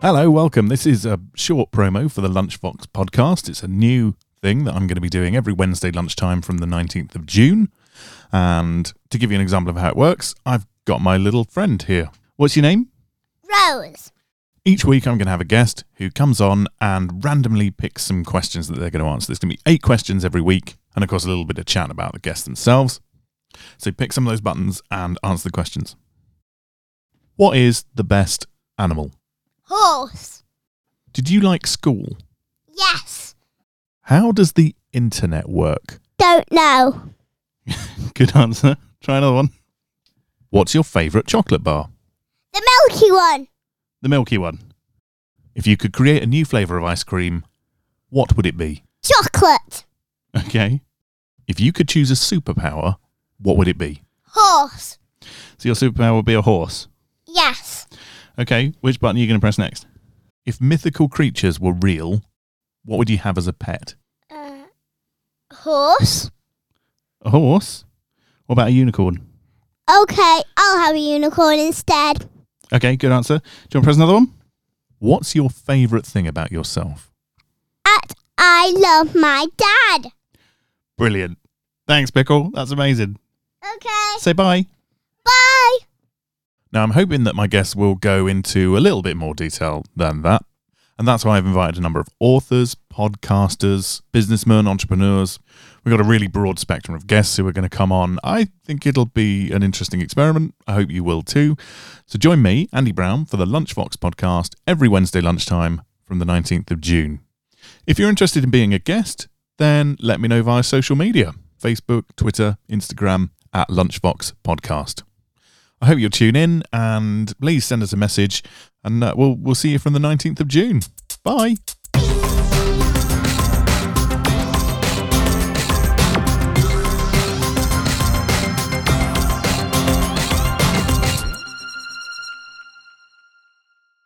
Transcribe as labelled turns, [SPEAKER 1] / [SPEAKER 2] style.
[SPEAKER 1] Hello, welcome. This is a short promo for the Lunchbox podcast. It's a new thing that I'm going to be doing every Wednesday lunchtime from the 19th of June. And to give you an example of how it works, I've got my little friend here. What's your name?
[SPEAKER 2] Rose.
[SPEAKER 1] Each week, I'm going to have a guest who comes on and randomly picks some questions that they're going to answer. There's going to be eight questions every week, and of course, a little bit of chat about the guests themselves. So pick some of those buttons and answer the questions. What is the best animal?
[SPEAKER 2] Horse.
[SPEAKER 1] Did you like school?
[SPEAKER 2] Yes.
[SPEAKER 1] How does the internet work?
[SPEAKER 2] Don't know.
[SPEAKER 1] Good answer. Try another one. What's your favourite chocolate bar?
[SPEAKER 2] The milky one.
[SPEAKER 1] The milky one. If you could create a new flavour of ice cream, what would it be?
[SPEAKER 2] Chocolate.
[SPEAKER 1] Okay. If you could choose a superpower, what would it be?
[SPEAKER 2] Horse.
[SPEAKER 1] So your superpower would be a horse.
[SPEAKER 2] Yes.
[SPEAKER 1] Okay, which button are you going to press next? If mythical creatures were real, what would you have as a pet?
[SPEAKER 2] Uh, horse.
[SPEAKER 1] A horse? What about a unicorn?
[SPEAKER 2] Okay, I'll have a unicorn instead.
[SPEAKER 1] Okay, good answer. Do you want to press another one? What's your favourite thing about yourself?
[SPEAKER 2] At I love my dad.
[SPEAKER 1] Brilliant. Thanks, Pickle. That's amazing.
[SPEAKER 2] Okay.
[SPEAKER 1] Say bye.
[SPEAKER 2] Bye.
[SPEAKER 1] Now, I'm hoping that my guests will go into a little bit more detail than that. And that's why I've invited a number of authors, podcasters, businessmen, entrepreneurs. We've got a really broad spectrum of guests who are going to come on. I think it'll be an interesting experiment. I hope you will too. So join me, Andy Brown, for the Lunchbox podcast every Wednesday lunchtime from the 19th of June. If you're interested in being a guest, then let me know via social media Facebook, Twitter, Instagram at Lunchbox Podcast. I hope you'll tune in and please send us a message and uh, we'll we'll see you from the 19th of June. Bye.